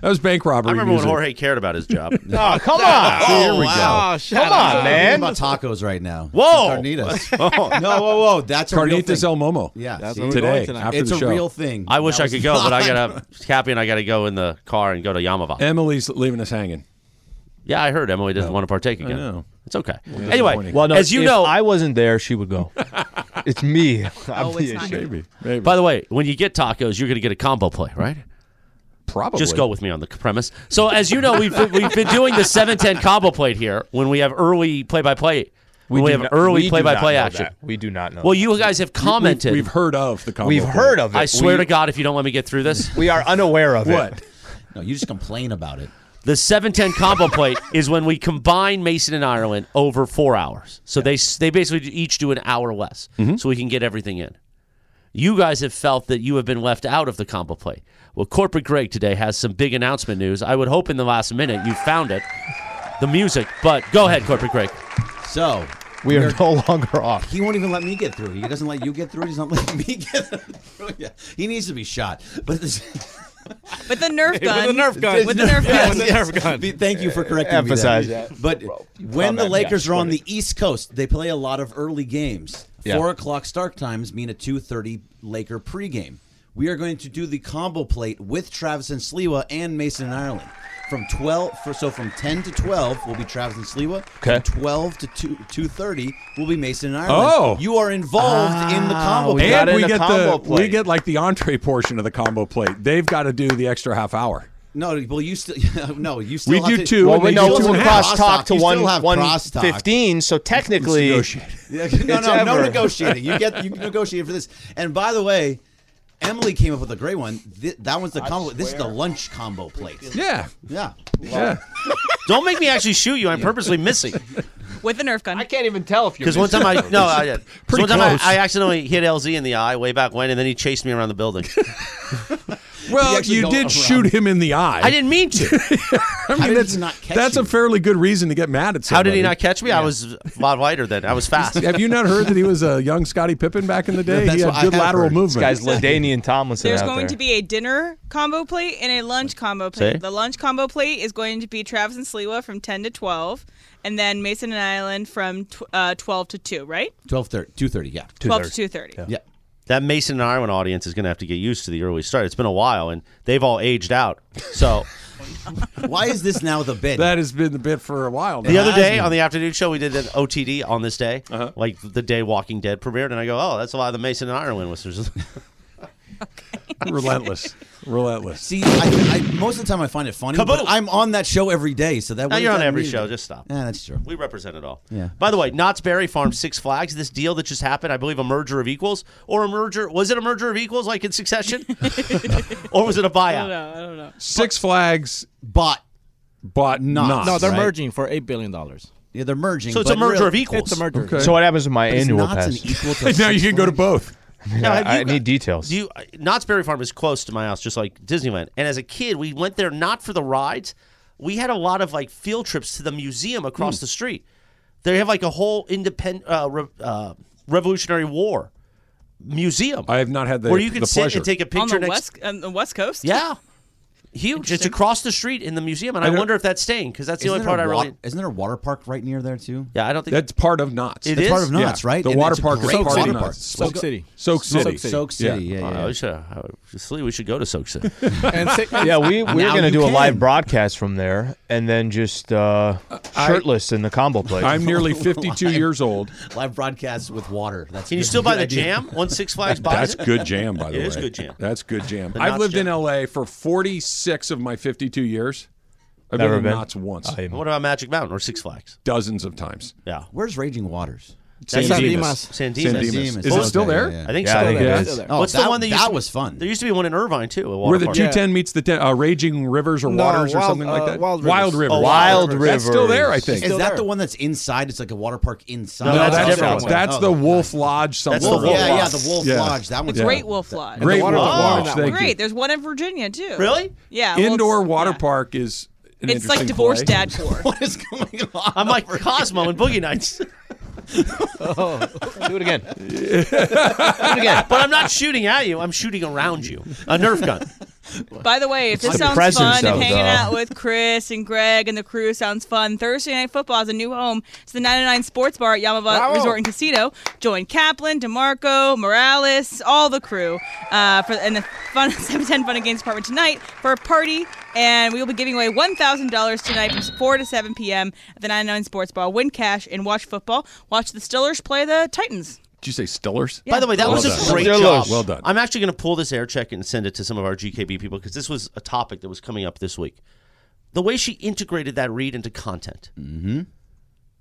that was bank robbery.
I remember when
music.
Jorge cared about his job.
Oh, come on.
Here we
Oh, shut
Come
up.
on,
Man,
man.
about tacos right now.
Whoa. Oh.
carnitas. no, whoa, whoa, that's a real
Carnitas
thing.
El Momo.
Yeah,
That's
see?
where we're
today
going tonight.
after
it's
the
a
show.
real thing.
I wish
That
I
was
could go, but I
fun.
gotta. Cappy and I gotta go in the car and go to Yamava.
Emily's leaving us hanging.
yeah, I heard Emily doesn't want to partake again.
know.
It's okay. anyway,
disappointing.
Well, no,
as you
if
know,
I wasn't there, she would go. it's me. I'm
Oh, it's not.
Maybe. Maybe.
by the way, when you get tacos, you're gonna get a combo play, right?
Probably.
Just go with me on the premise. So, as you know, we've been, we've been doing the seven ten combo plate here when we have early play by play. When we,
do
have
not-
early
we
play
do
by
not
play
know
action.
that. We do not know.
Well,
that.
you guys have commented.
We've heard of the combo.
we've
plate.
heard of it.
I swear
we,
to God, if you don't let me get through this,
we are unaware of it.
what
No, you just complain about it.
the seven ten combo plate is when we combine Mason and Ireland over four hours. So they s- they basically each do an hour less, so we can get everything in. You guys have felt that you have been left out of the combo plate. Well, corporate Greg today has some big announcement news. I would hope in the last minute you found it, the music. But go ahead, corporate Greg.
So
We are no longer off.
he won't even let me get through. He doesn't let you get through. He's not letting me get through. Yeah. He needs to be shot. But this,
With the Nerf gun.
With a Nerf gun.
With the Nerf gun.
Yes,
with a
yes.
Nerf gun.
Be- Thank you for correcting
Eh, Emphasize
me. there.
that.
But
Bro, you
when
call
the
that-
Lakers
yeah,
are on
put
the East Coast, they play a lot of early games.
Yeah.
Four o'clock start times mean a two thirty Laker pregame. We are going to do the combo plate with Travis and Sliwa and Mason and Ireland. From twelve, for, so from ten to twelve will be Travis and Sliwa.
Okay.
From twelve to two two thirty will be Mason and Ireland.
Oh.
you are involved in the combo
we
plate.
got
And
in
we
the
get
combo
the we
plate.
get like the entree portion of the combo plate. They've got to do the extra half hour.
No, well, you still no. You still
We
have
do
to-
two.
Well,
and
we
they
know
do
you
two
we'll
and a
have
half.
cross
cross-talk.
talk to
You
one
still have
one
cross-talk.
fifteen. So technically,
Negotiate.
Yeah, no,
It's
no, no
ever.
negotiating. You get you negotiate for this. And by the way, Emily came up with a great one. Th- that one's the combo. This is the lunch combo plate.
Yeah.
Yeah.
Yeah.
Don't make me actually shoot you. I'm purposely missing.
With the Nerf gun.
can't even tell if you're.
Because one time I no, I, so
Pretty
one time I,
close.
I accidentally hit LZ in the eye way back when, and then he chased me around the building.
Well,
actually
you
go
did
around.
shoot him in the eye.
I didn't mean to.
I mean,
did
that's
he not catch
that's a
you?
fairly good reason to get mad at
How
somebody.
did he not catch me? I was a lot lighter then. I was fast.
Have you not heard that he was a young Scottie Pippen back in the day?
That's
he had
what I
good
have
lateral
heard. This
movement.
guys, Ladainian Tomlinson.
There's
out
going
there.
to be a dinner combo plate and a lunch combo plate.
Say.
The lunch combo plate is going to be Travis and Sliwa from 10 to 12, and then Mason and Island from tw- uh, 12 to 2, right?
12:30, 2:30, yeah.
12 to 2.30.
Yeah.
That Mason and Ireland audience is going to have to get used to the early start. It's been a while, and they've all aged out. So
Why is this now the bid?
that has been the bit for a while now.
the other day
Hasn't.
on the afternoon show, we did an OTD on this day,
Uh-huh.
like the day Walking Dead premiered, and I go, "Oh, that's a lot of the Mason and Ireland listeners."
Relentless. Relentless.
See, I, I, most of the time I find it funny. but
Kaboom.
I'm on that show every day, so that.
now
what
you're
does
on
that
every
mean?
show. Just stop.
Yeah, that's true.
We represent it all.
Yeah.
By the way, Knott's Berry Farm Six Flags, this deal that just happened, I believe a merger of equals or a merger was it a merger of equals like in succession? or was it a
I
buyout?
don't know. I don't know.
Six Flags
But
bought not.
No, they're
Right.
merging for eight billion dollars.
yeah, they're merging.
So it's a
but
merger
real-
of equals.
It's a merger.
Okay.
So what happens with my
It's
annual
not an
pass?
equal to
now you
Six
can go to
Flags.
both.
Now, have
Uh, I
you got-
need details.
Do you I- Knott's Berry Farm is close to my house, just like Disneyland. And as a kid, we went there not for the rides. We had a lot of like field trips to the museum
Hmm.
across the street. They have like a whole independent uh, re- uh, Revolutionary War museum
I have not had the
where you can
the
sit
pleasure.
and take a
On
picture
the,
next
west, on the West Coast?
Yeah. Huge. It's across the street in the museum, and I,
don't-
wonder if that's staying because that's the
Isn't
only
there a
part I
wa-
really.
Isn't there a water park right near there too?
Yeah, I don't think.
That's part of Knots.
It
That's part
is?
of Knott's,
Yeah.
right?
The
And
water
it's a
park is
great
part of
water
Knott's.
Soak City.
Soak
City.
City.
Soak City. Yeah, yeah.
Wow,
yeah.
we should. I would- Slee, we should go to Soak City.
And say,
Yeah, we we we're
Now
going to
you
do a live
can.
broadcast from there, and then just uh, shirtless in the combo plate.
I'm nearly 52 years old.
Live broadcasts with water. That's
Can you
good-
still buy
good
the
idea.
jam? One Six Flags buys
That's
it.
good jam, by the way.
It is good jam.
That's good jam.
The
I've
Knott's
lived
jam.
in LA for 46 of my 52 years. I've
Never
been to
been.
Knots once,
I'm-
What about Magic Mountain or Six Flags?
dozens of times.
Yeah.
Where's Raging Waters?
That's
San
not-
Dimas.
San Dimas.
San Dimas.
Dimas.
Is it
Okay,
still there?
yeah, yeah.
I think
Yeah,
so.
I think
Yeah,
it
it's
is.
still there.
Oh,
What's
that,
the one that, used
that
to-
was fun.
There used to be one in Irvine too. A water
Where the
park.
210 meets the ten, uh, Raging Rivers or
No,
Waters or
Wild-
something like
uh,
that?
Wild Rivers.
River.
Oh,
Wild River.
That's still there, I think.
Is
Still
that
there.
the one that's inside? It's like a water park inside.
No,
No,
that's
that's,
a different
that's,
one.
that's
Oh,
the Wolf Lodge something.
That's
Wolf,
the Wolf
yeah,
Lodge.
yeah, the Wolf
Yeah.
Lodge. That one's
The Great Wolf Lodge.
Great Wolf
water park. Oh,
Lodge. Thank you.
Great. There's one in Virginia, too.
Really?
Yeah. well,
Indoor
it's-
water
yeah.
park is an
It's like
interesting
divorced
play.
dad core.
What is going on?
I'm like Cosmo and Boogie Nights,
Do it again.
but I'm not shooting at you. I'm shooting around you. A Nerf gun.
By the way, if this sounds
Impressive
fun
stuff,
and hanging
though.
out with Chris and Greg and the crew sounds fun, Thursday Night Football is a new home. It's the 99 Sports Bar at Yamava Resort and Casino. Join Kaplan, DeMarco, Morales, all the crew uh, for in the fun 710 Fun and Games Department tonight for a party. And we will be giving away $1,000 tonight from 4 to 7 p.m. at the 99 Sports Bar. Win cash and watch football. Watch the Stillers play the Titans.
Did you say Stillers?
By the way, that
Well
was a
done.
great
They're
job.
loose.
Well done.
I'm actually going to pull this air check and send it to some of our GKB people because this was a topic that was coming up this week. The way she integrated that read into content. Mm-hmm.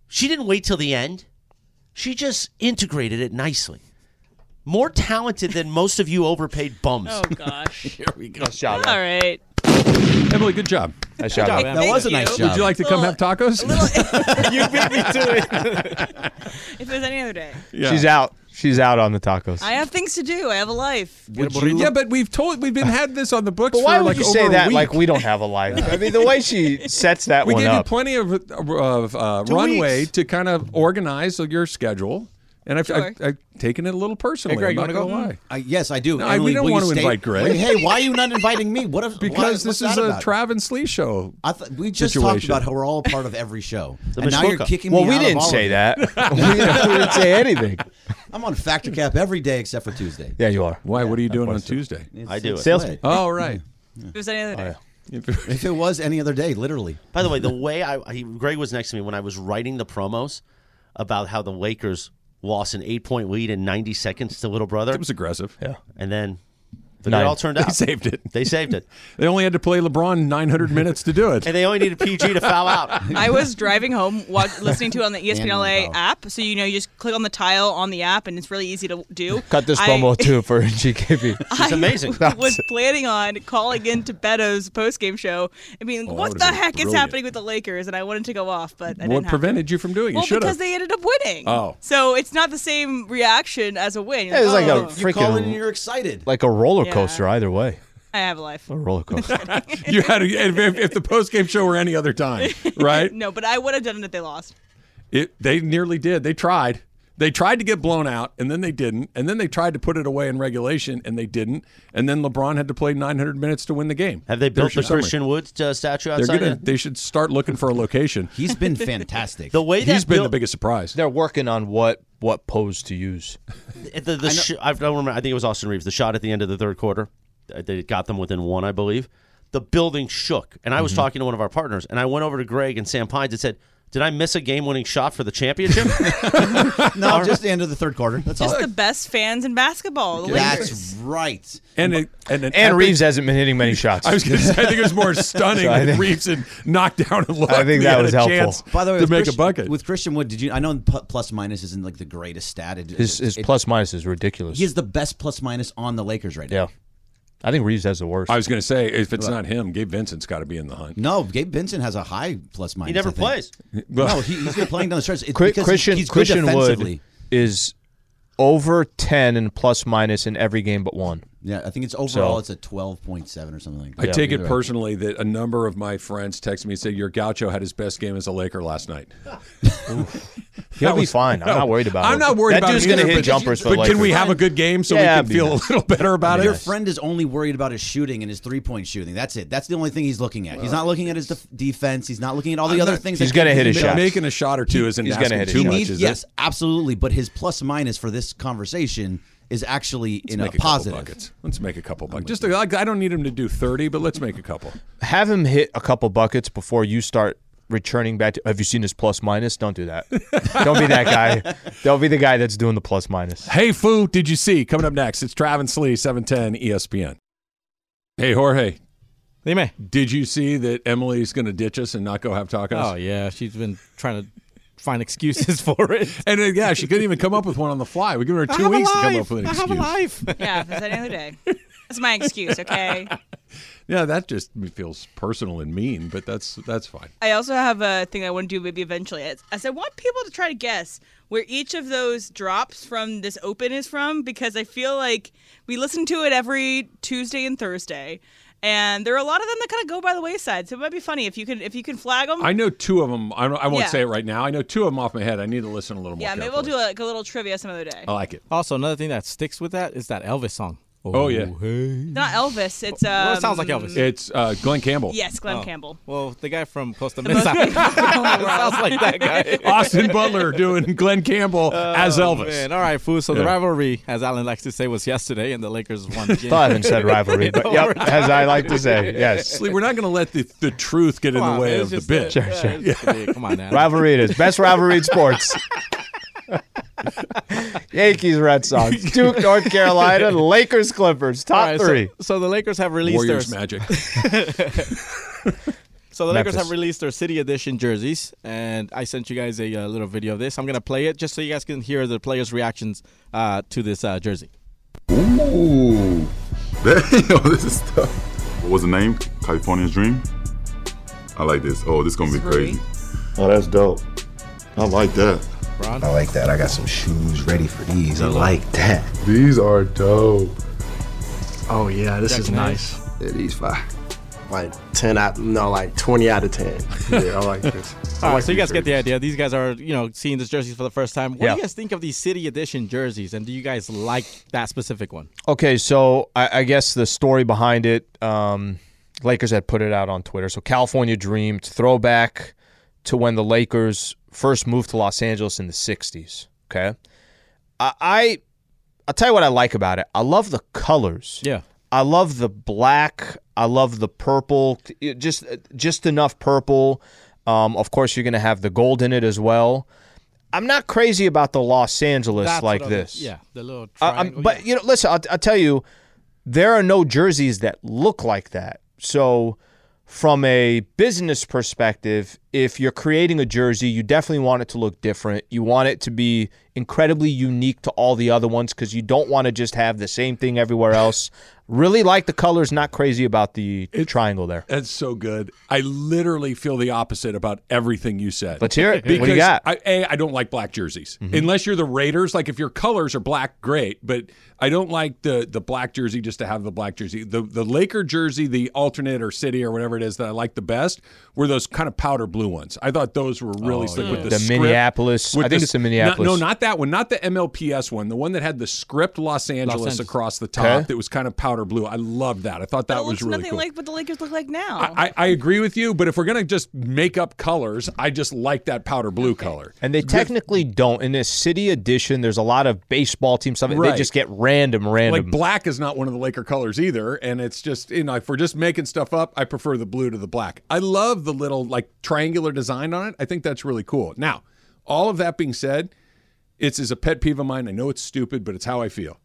She didn't wait till the end. She just integrated it nicely. More talented than most of you overpaid bums.
Oh gosh.
Shout
All right.
Emily, good job.
Nice shout out.
That was a
Thank
nice
you.
job.
Would you like to come
Um, Well,
have tacos?
A little,
you beat me to it.
if there's any other day,
yeah.
She's out. She's out on the tacos.
I have things to do. I have a life.
Would you-
Yeah, but we've told we've been had this on the books.
but why
for
would
like
you
over
say
a
that?
week.
Like we don't have a life. I mean, the way she sets that
we
one
gave
up.
you plenty of, of uh, runway to kind of organize your schedule, and I've, I've, I've taken it a little personally.
Greg, you
I'm not
wanna
gonna
go?
lie.
I- yes, I do.
No, I- we don't
will you
want to
stay-
invite Greg.
Wait, hey, why are you not inviting me? What if, why-
Because
what's
this is
that
a
about?
Trav and Slee show.
I thought we just talked
situation.
about how we're all a part of every show, and now
Mishpoka.
you're kicking me.
well, we
out of
didn't
all of
say
it.
that. we, didn't, we didn't say anything.
I'm on factor cap every day except for Tuesday.
Yeah, you are.
Why? what are you doing on Tuesday?
I do it.
Salesman.
Oh, right.
If there's any other day.
If it was any other day, literally.
By the way, the way I, I Greg was next to me when I was writing the promos about how the Lakers lost an eight point lead in 90 seconds to Little Brother,
It was aggressive. Yeah.
and then but it
Nine.
all turned out.
They saved it.
They saved it.
They only had to play LeBron 900 minutes to do it.
and they only needed PG to foul out.
I was driving home, wa- listening to it on the E ESPNLA
Wow.
app. So you know, you just click on the tile on the app, and it's really easy to do.
Cut this
I-
promo too for GKB.
It's amazing.
I was planning on calling into Beto's postgame show and being,
that
like, "What
would've
the
been
heck
brilliant.
is happening with the Lakers?" And I wanted to go off, but I
What
didn't have to.
prevented you from doing it?
Well,
you should
because
have.
they ended up winning.
Oh.
so it's not the same reaction as a win. You're
It was like a
"Oh,
You call in and
freaking
you're excited.
like a roller
Yeah.
coaster either way.
I have a life.
A roller coaster.
you had to, if, if the post game show were any other time, right?
No, but I would have done it if they lost.
It, they nearly did. They tried. They tried to get blown out, and then they didn't. And then they tried to put it away in regulation, and they didn't. And then LeBron had to play 900 minutes to win the game.
Have they built the
There's your
Christian Wood uh, statue
They're
outside?
gonna.
yet?
They should start looking for a location.
He's been fantastic.
the way that
He's been the
built-
biggest surprise.
They're working on what what pose to use.
The, the sh- I don't remember. I think it was Austin Reeves. The shot at the end of the third quarter, uh, they got them within one, I believe. The building shook, and I
Mm-hmm.
was talking to one of our partners, and I went over to Greg and Sam Pines and said, "Did I miss a game-winning shot for the championship?"
no, just the end of the third quarter. That's all.
Just the best fans in basketball. The Lakers.
That's right.
And it, and an
And
epic-
Reeves hasn't been hitting many shots.
I was going to say, I think it was more stunning
I
that
think-
Reeves had knocked down and looked.
I think
He
that
had
was
a
helpful.
chance
By the way,
to
with
make
Christian-
a bucket.
with Christian Wood, did you? I know pu- plus minus isn't like the greatest stat. It,
his his
it-
plus minus is ridiculous.
he is the best plus minus on the Lakers right now.
yeah, I think Reeves has the worst.
I was going to say, if it's not him, Gabe Vincent's got to be in the hunt.
No, Gabe Benson has a high plus minus.
he never
I think.
plays.
No, he, he's been playing down the stretch. It's
Cri-
because he-
Christian
he's good
Christian Wood
defensively.
is over ten and plus minus in every game but one.
Yeah, I think it's overall it's a twelve point seven or something like that.
I take it
Either way.
personally that a number of my friends texted me and said, Your Gaucho had his best game as a Laker last night.
He'll be fine. I'm not worried about
I'm
it.
not worried
that
about
dude's
it
gonna
either,
hit
but-
jumpers for the
But can we
Lakers.
have a good game so
Yeah,
we
that'd
can
be
feel
nice.
a little better about
Your
it?
friend is only worried about his shooting and his three point shooting. That's it. That's the only thing he's looking at. He's not looking at his def- defense. He's not looking at all the other things.
He's
that
gonna
Gabe
hit his
Vincent-
shot.
Making a shot or two isn't
he's gonna
asking
hit his
too
shot.
much,
He
He
needs-
is
yes,
it?
absolutely. But his plus minus for this conversation is actually in
Make
a
a couple
positive.
buckets. Let's make a couple buckets. Just a, I I don't need him to do 30, but let's make a couple.
have him hit a couple buckets before you start returning back to have you seen his plus minus don't do that don't be that guy don't be the guy that's doing the plus minus
Hey, Foo, did you see? Coming up next, it's Travis Lee, E 710 ESPN. Hey, Jorge,
They may.
did you see that Emily's going to ditch us and not go have tacos?
Oh yeah, she's been trying to find excuses for it.
And uh, yeah, she couldn't even come up with one on the fly. We give her two weeks to come up with an
I
excuse.
have a life.
Yeah, if there's any other day. That's my excuse. Okay.
Yeah, that just feels personal and mean, but that's that's fine.
I also have a thing I want to do maybe eventually. It's- I said, I want people to try to guess where each of those drops from this open is from because I feel like we listen to it every Tuesday and Thursday. And there are a lot of them that kind of go by the wayside, so it might be funny if you can if you can flag them.
I know two of them. I, don't- I won't
Yeah.
say it right now. I know two of them off my head. I need to listen a little more.
yeah, maybe we'll do like a little trivia some other day.
I like it.
Also, another thing that sticks with that is that Elvis song.
Oh, yeah.
hey.
Not Elvis. It's um,
Well, it sounds like Elvis.
It's uh, Glenn Campbell.
Yes, Glenn Campbell.
Well, the guy from Costa
most
Mesa.
famous people in the world.
sounds like that guy.
Austin Butler doing Glenn Campbell as
Oh,
Elvis.
Man, all right, fool. So the
Yeah.
rivalry, as Alan likes to say, was yesterday, and the Lakers won. The game.
thought I haven't said rivalry but yep as I like to say yes
Sleep, We're not going to let the, the truth get in
Come
the
on,
way
man,
of
it's
the
just a-
bit.
yeah, it's just a- Come on, Alan.
rivalry it is best rivalry in sports Yankees, Red Sox, Duke, North Carolina, Lakers, Clippers, top
All right, so-
three.
So, the Lakers have released
Warriors
their
magic.
so the Lakers
Memphis.
have released their City Edition jerseys, and I sent you guys a, uh little video of this. I'm gonna play it just so you guys can hear the players' reactions uh, to this uh, jersey.
Ooh. Damn, this is tough. What was the name? California's Dream? I like this. Oh, this is going to be crazy. Oh, that's dope. I like that.
I like that. I got some shoes ready for these. I like that.
These are dope.
Oh yeah, this is nice. Yeah, these five. Like ten out, no, like twenty out of ten. Yeah, I like this.
All right, so you guys get the idea. These guys are, you know, seeing these jerseys for the first time. What
Yeah.
do you guys think of these City Edition jerseys, and do you guys like that specific one?
Okay, so I, I guess the story behind it, um, Lakers had put it out on Twitter. So California Dream, it's throwback to when the Lakers first moved to Los Angeles in the '60s. Okay, I, I I'll tell you what I like about it. I love the colors.
Yeah.
I love the black. I love the purple. It- Just just enough purple. Um, of course, you're going to have the gold in it as well. I'm not crazy about the Los Angeles
That's
like
what I was-
this.
Yeah, the little
I- I'm-
triangle.
but
yeah.
you know, listen, I'll, I'll tell you, there are no jerseys that look like that. So, from a business perspective, if you're creating a jersey, you definitely want it to look different. You want it to be incredibly unique to all the other ones because you don't want to just have the same thing everywhere else. really like the colors. Not crazy about the triangle there.
That's so good. I literally feel the opposite about everything you said.
Let's hear it.
Because
what do you got? Mm-hmm.
I, A, I don't like black jerseys unless you're the Raiders. Like if your colors are black, great. But I don't like the the black jersey just to have the black jersey. The the Laker jersey, the alternate or city or whatever it is that I like the best were those kind of powder blue ones. I thought those were really slick with the,
Oh, The
script,
Minneapolis-
with
I think
s-
it's the Minneapolis.
No, no, not that one. Not the MLPS one. The one that had the script Los Angeles,
Angeles.
across the top.
Okay.
That was kind of powder blue. I loved that. I thought that
It
was
looks
really
nothing
cool.
like what the Lakers look like now.
I, I agree with you, but if we're gonna just make up colors, I just like that powder blue color.
And they technically don't. In this city edition, there's a lot of baseball team stuff.
Right.
They just get random, random.
Like black is not one of the Laker colors either, and it's just you know if we're just making stuff up, I prefer the blue to the black. I love the little like triangular design on it. I think that's really cool. Now, all of that being said, it's is a pet peeve of mine. I know it's stupid, but it's how I feel.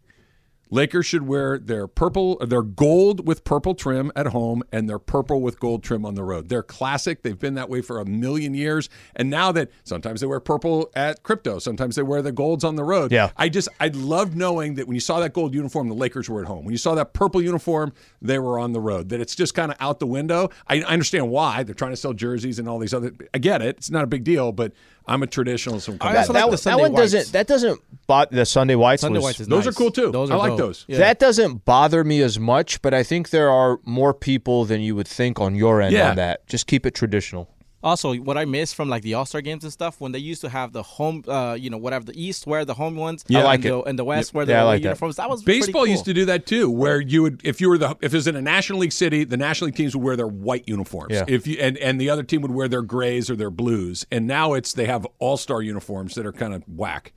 Lakers should wear their purple, their gold with purple trim at home, and their purple with gold trim on the road. They're classic. They've been that way for a million years. And now that sometimes they wear purple at crypto, sometimes they wear the golds on the road.
Yeah.
I just I loved knowing that when you saw that gold uniform, the Lakers were at home. When you saw that purple uniform, they were on the road. That it's just kind of out the window. I, I understand why they're trying to sell jerseys and all these other. I get it. It's not a big deal, but I'm a traditionalist. when it comes
I
to
also
that,
like
that.
the
that
Sunday
one
whites.
doesn't. That doesn't. But the Sunday whites.
Sunday
was-
whites is
Those are
nice.
cool, too.
Those
I
are
like
dope.
those.
Yeah.
That doesn't bother me as much, but I think there are more people than you would think on your end
Yeah.
on that. Just keep it traditional.
Also, what I miss from like the All Star games and stuff when they used to have the home, uh, you know, whatever the East wear the home ones,
Yeah, I
and
like
the,
it.
and the West wear the
Yeah, I like that.
uniforms. That, was pretty
Baseball
cool.
used to do that too, where you would, if you were the, if it was in a National League city, the National League teams would wear their white uniforms.
Yeah.
If you and and the other team would wear their grays or their blues, and now it's they have all star uniforms that are kind of whack.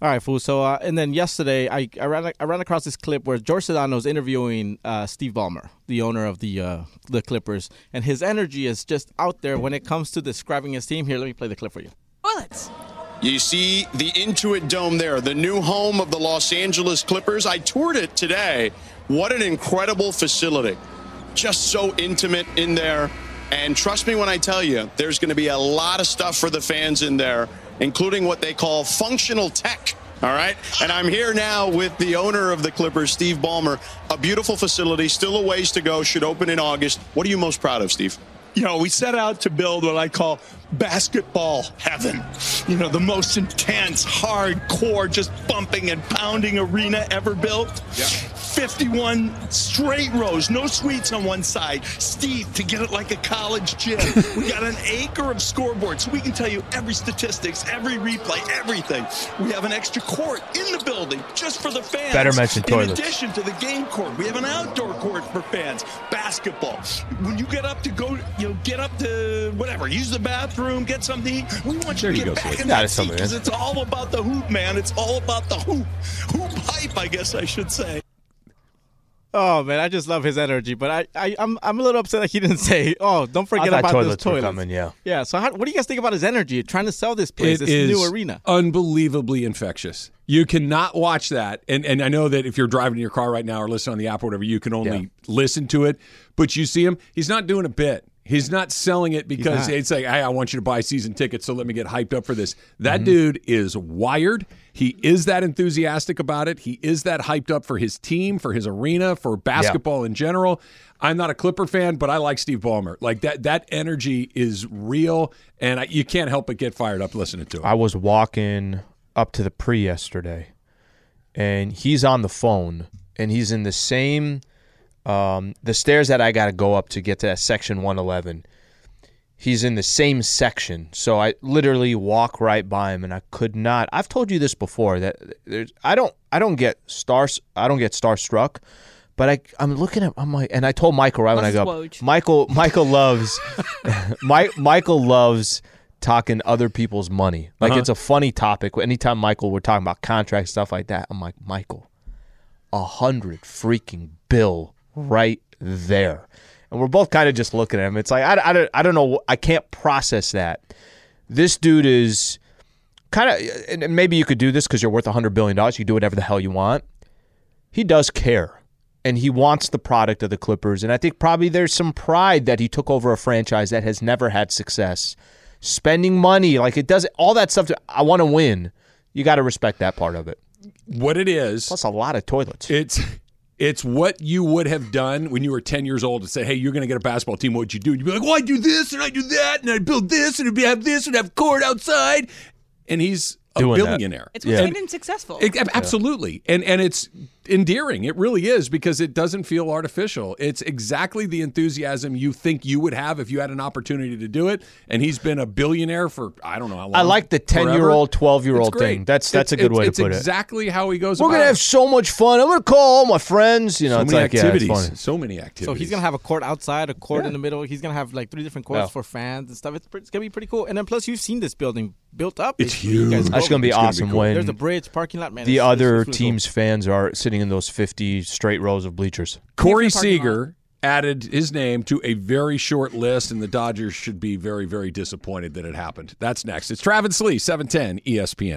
All right, fool. So, uh, and then yesterday, I, I ran I ran across this clip where George Sedano's interviewing uh, Steve Ballmer, the owner of the uh, the Clippers, and his energy is just out there when it comes to describing his team. Here, let me play the clip for you.
Toilets.
You see the Intuit Dome there, the new home of the Los Angeles Clippers. I toured it today. What an incredible facility. Just so intimate in there. And trust me when I tell you, there's going to be a lot of stuff for the fans in there, including what they call functional tech. All right. And I'm here now with the owner of the Clippers, Steve Ballmer. A beautiful facility, still a ways to go, should open in August. What are you most proud of, Steve? you know, we set out to build what I call basketball heaven. You know, the most intense, hardcore, just bumping and pounding arena ever built. 51 straight rows, no suites on one side. Steve to get it like a college gym. we got an acre of scoreboards. We can tell you every statistics, every replay, everything. We have an extra court in the building just for the fans.
Better mention
In
toilets.
addition addition to the game court, we have an outdoor court for fans. Basketball. When you get up to go, you know, get up to whatever, use the bathroom, get something to eat. We want you
There
to get
you go,
back
Slick.
in
That
that
is
seat
something,
because
man.
it's all about the hoop, man. It's all about the hoop, hoop hype, I guess I should say.
Oh man, I just love his energy, but I, I I'm I'm a little upset that he didn't say, "Oh, don't forget
thought
about
toilets
this
were
toilet."
coming, yeah.
Yeah. So how, what do you guys think about his energy? Trying to sell this place,
It
this new
is
arena.
Unbelievably infectious. You cannot watch that. And and I know that if you're driving in your car right now or listening on the app or whatever, you can only listen to it. But you see him, he's not doing a bit. He's not selling it because
not.
it's like, hey, I want you to buy season tickets, so let me get hyped up for this. That dude is wired. He is that enthusiastic about it. He is that hyped up for his team, for his arena, for basketball in general. I'm not a Clipper fan, but I like Steve Ballmer. Like that, that energy is real, and I, you can't help but get fired up listening to it.
I was walking up to the pre yesterday, and he's on the phone, and he's in the same um, the stairs that I got to go up to get to that section 111. He's in the same section, so I literally walk right by him, and I could not. I've told you this before that there's I don't I don't get stars I don't get starstruck. But I, I'm looking at, I'm like, and I told Michael right when I
Unless
go,
it's Woj.
Michael, Michael loves, Mike, Michael loves talking other people's money. Like
Uh-huh.
it's a funny topic. Anytime Michael, we're talking about contracts, stuff like that. I'm like, Michael, a hundred freaking bill right there. And we're both kind of just looking at him. It's like, I, I, don't, I don't know. I can't process that. This dude is kind of, and and maybe you could do this because you're worth a $100 billion. You can do whatever the hell you want. He does care. And he wants the product of the Clippers. And I think probably there's some pride that he took over a franchise that has never had success. Spending money, like it does all that stuff. To, I want to win. You got to respect that part of it.
what it is.
Plus a lot of toilets.
It's it's what you would have done when you were 10 years old and said, hey, you're going to get a basketball team. What'd you do? You'd be like, well, I do this and I do that and I build this and we have this and have court outside. And he's a
Doing that.
billionaire.
It's what's
And-
made him successful.
it- ab- absolutely. And and it's endearing. It really is because it doesn't feel artificial. It's exactly the enthusiasm you think you would have if you had an opportunity to do it. And he's been a billionaire for I don't know how long.
I like the 10-year-old, 12-year-old
It's great.
thing. That's- that's a good
It's-
way to
it's
put it.
exactly how he goes
We're
about
gonna
it.
have so much fun. I'm gonna call all my friends. You know,
So
it's
many
like
activities.
Yeah, it's funny.
So many activities.
So he's gonna have a court outside, a court in the middle. He's gonna have like three different courts
Yeah.
for fans and stuff. It's, pre- it's gonna be pretty cool. And then plus, you've seen this building built up.
It's
basically. You guys
huge.
go
That's gonna be
over-
awesome when
there's a bridge, parking lot, man.
the
it's- it's-
other
it's really cool.
team's fans are sitting in those 50 straight rows of bleachers.
Corey Seager added his name to a very short list, and the Dodgers should be very, very disappointed that it happened. That's next. It's Travis Lee, 710 ESPN.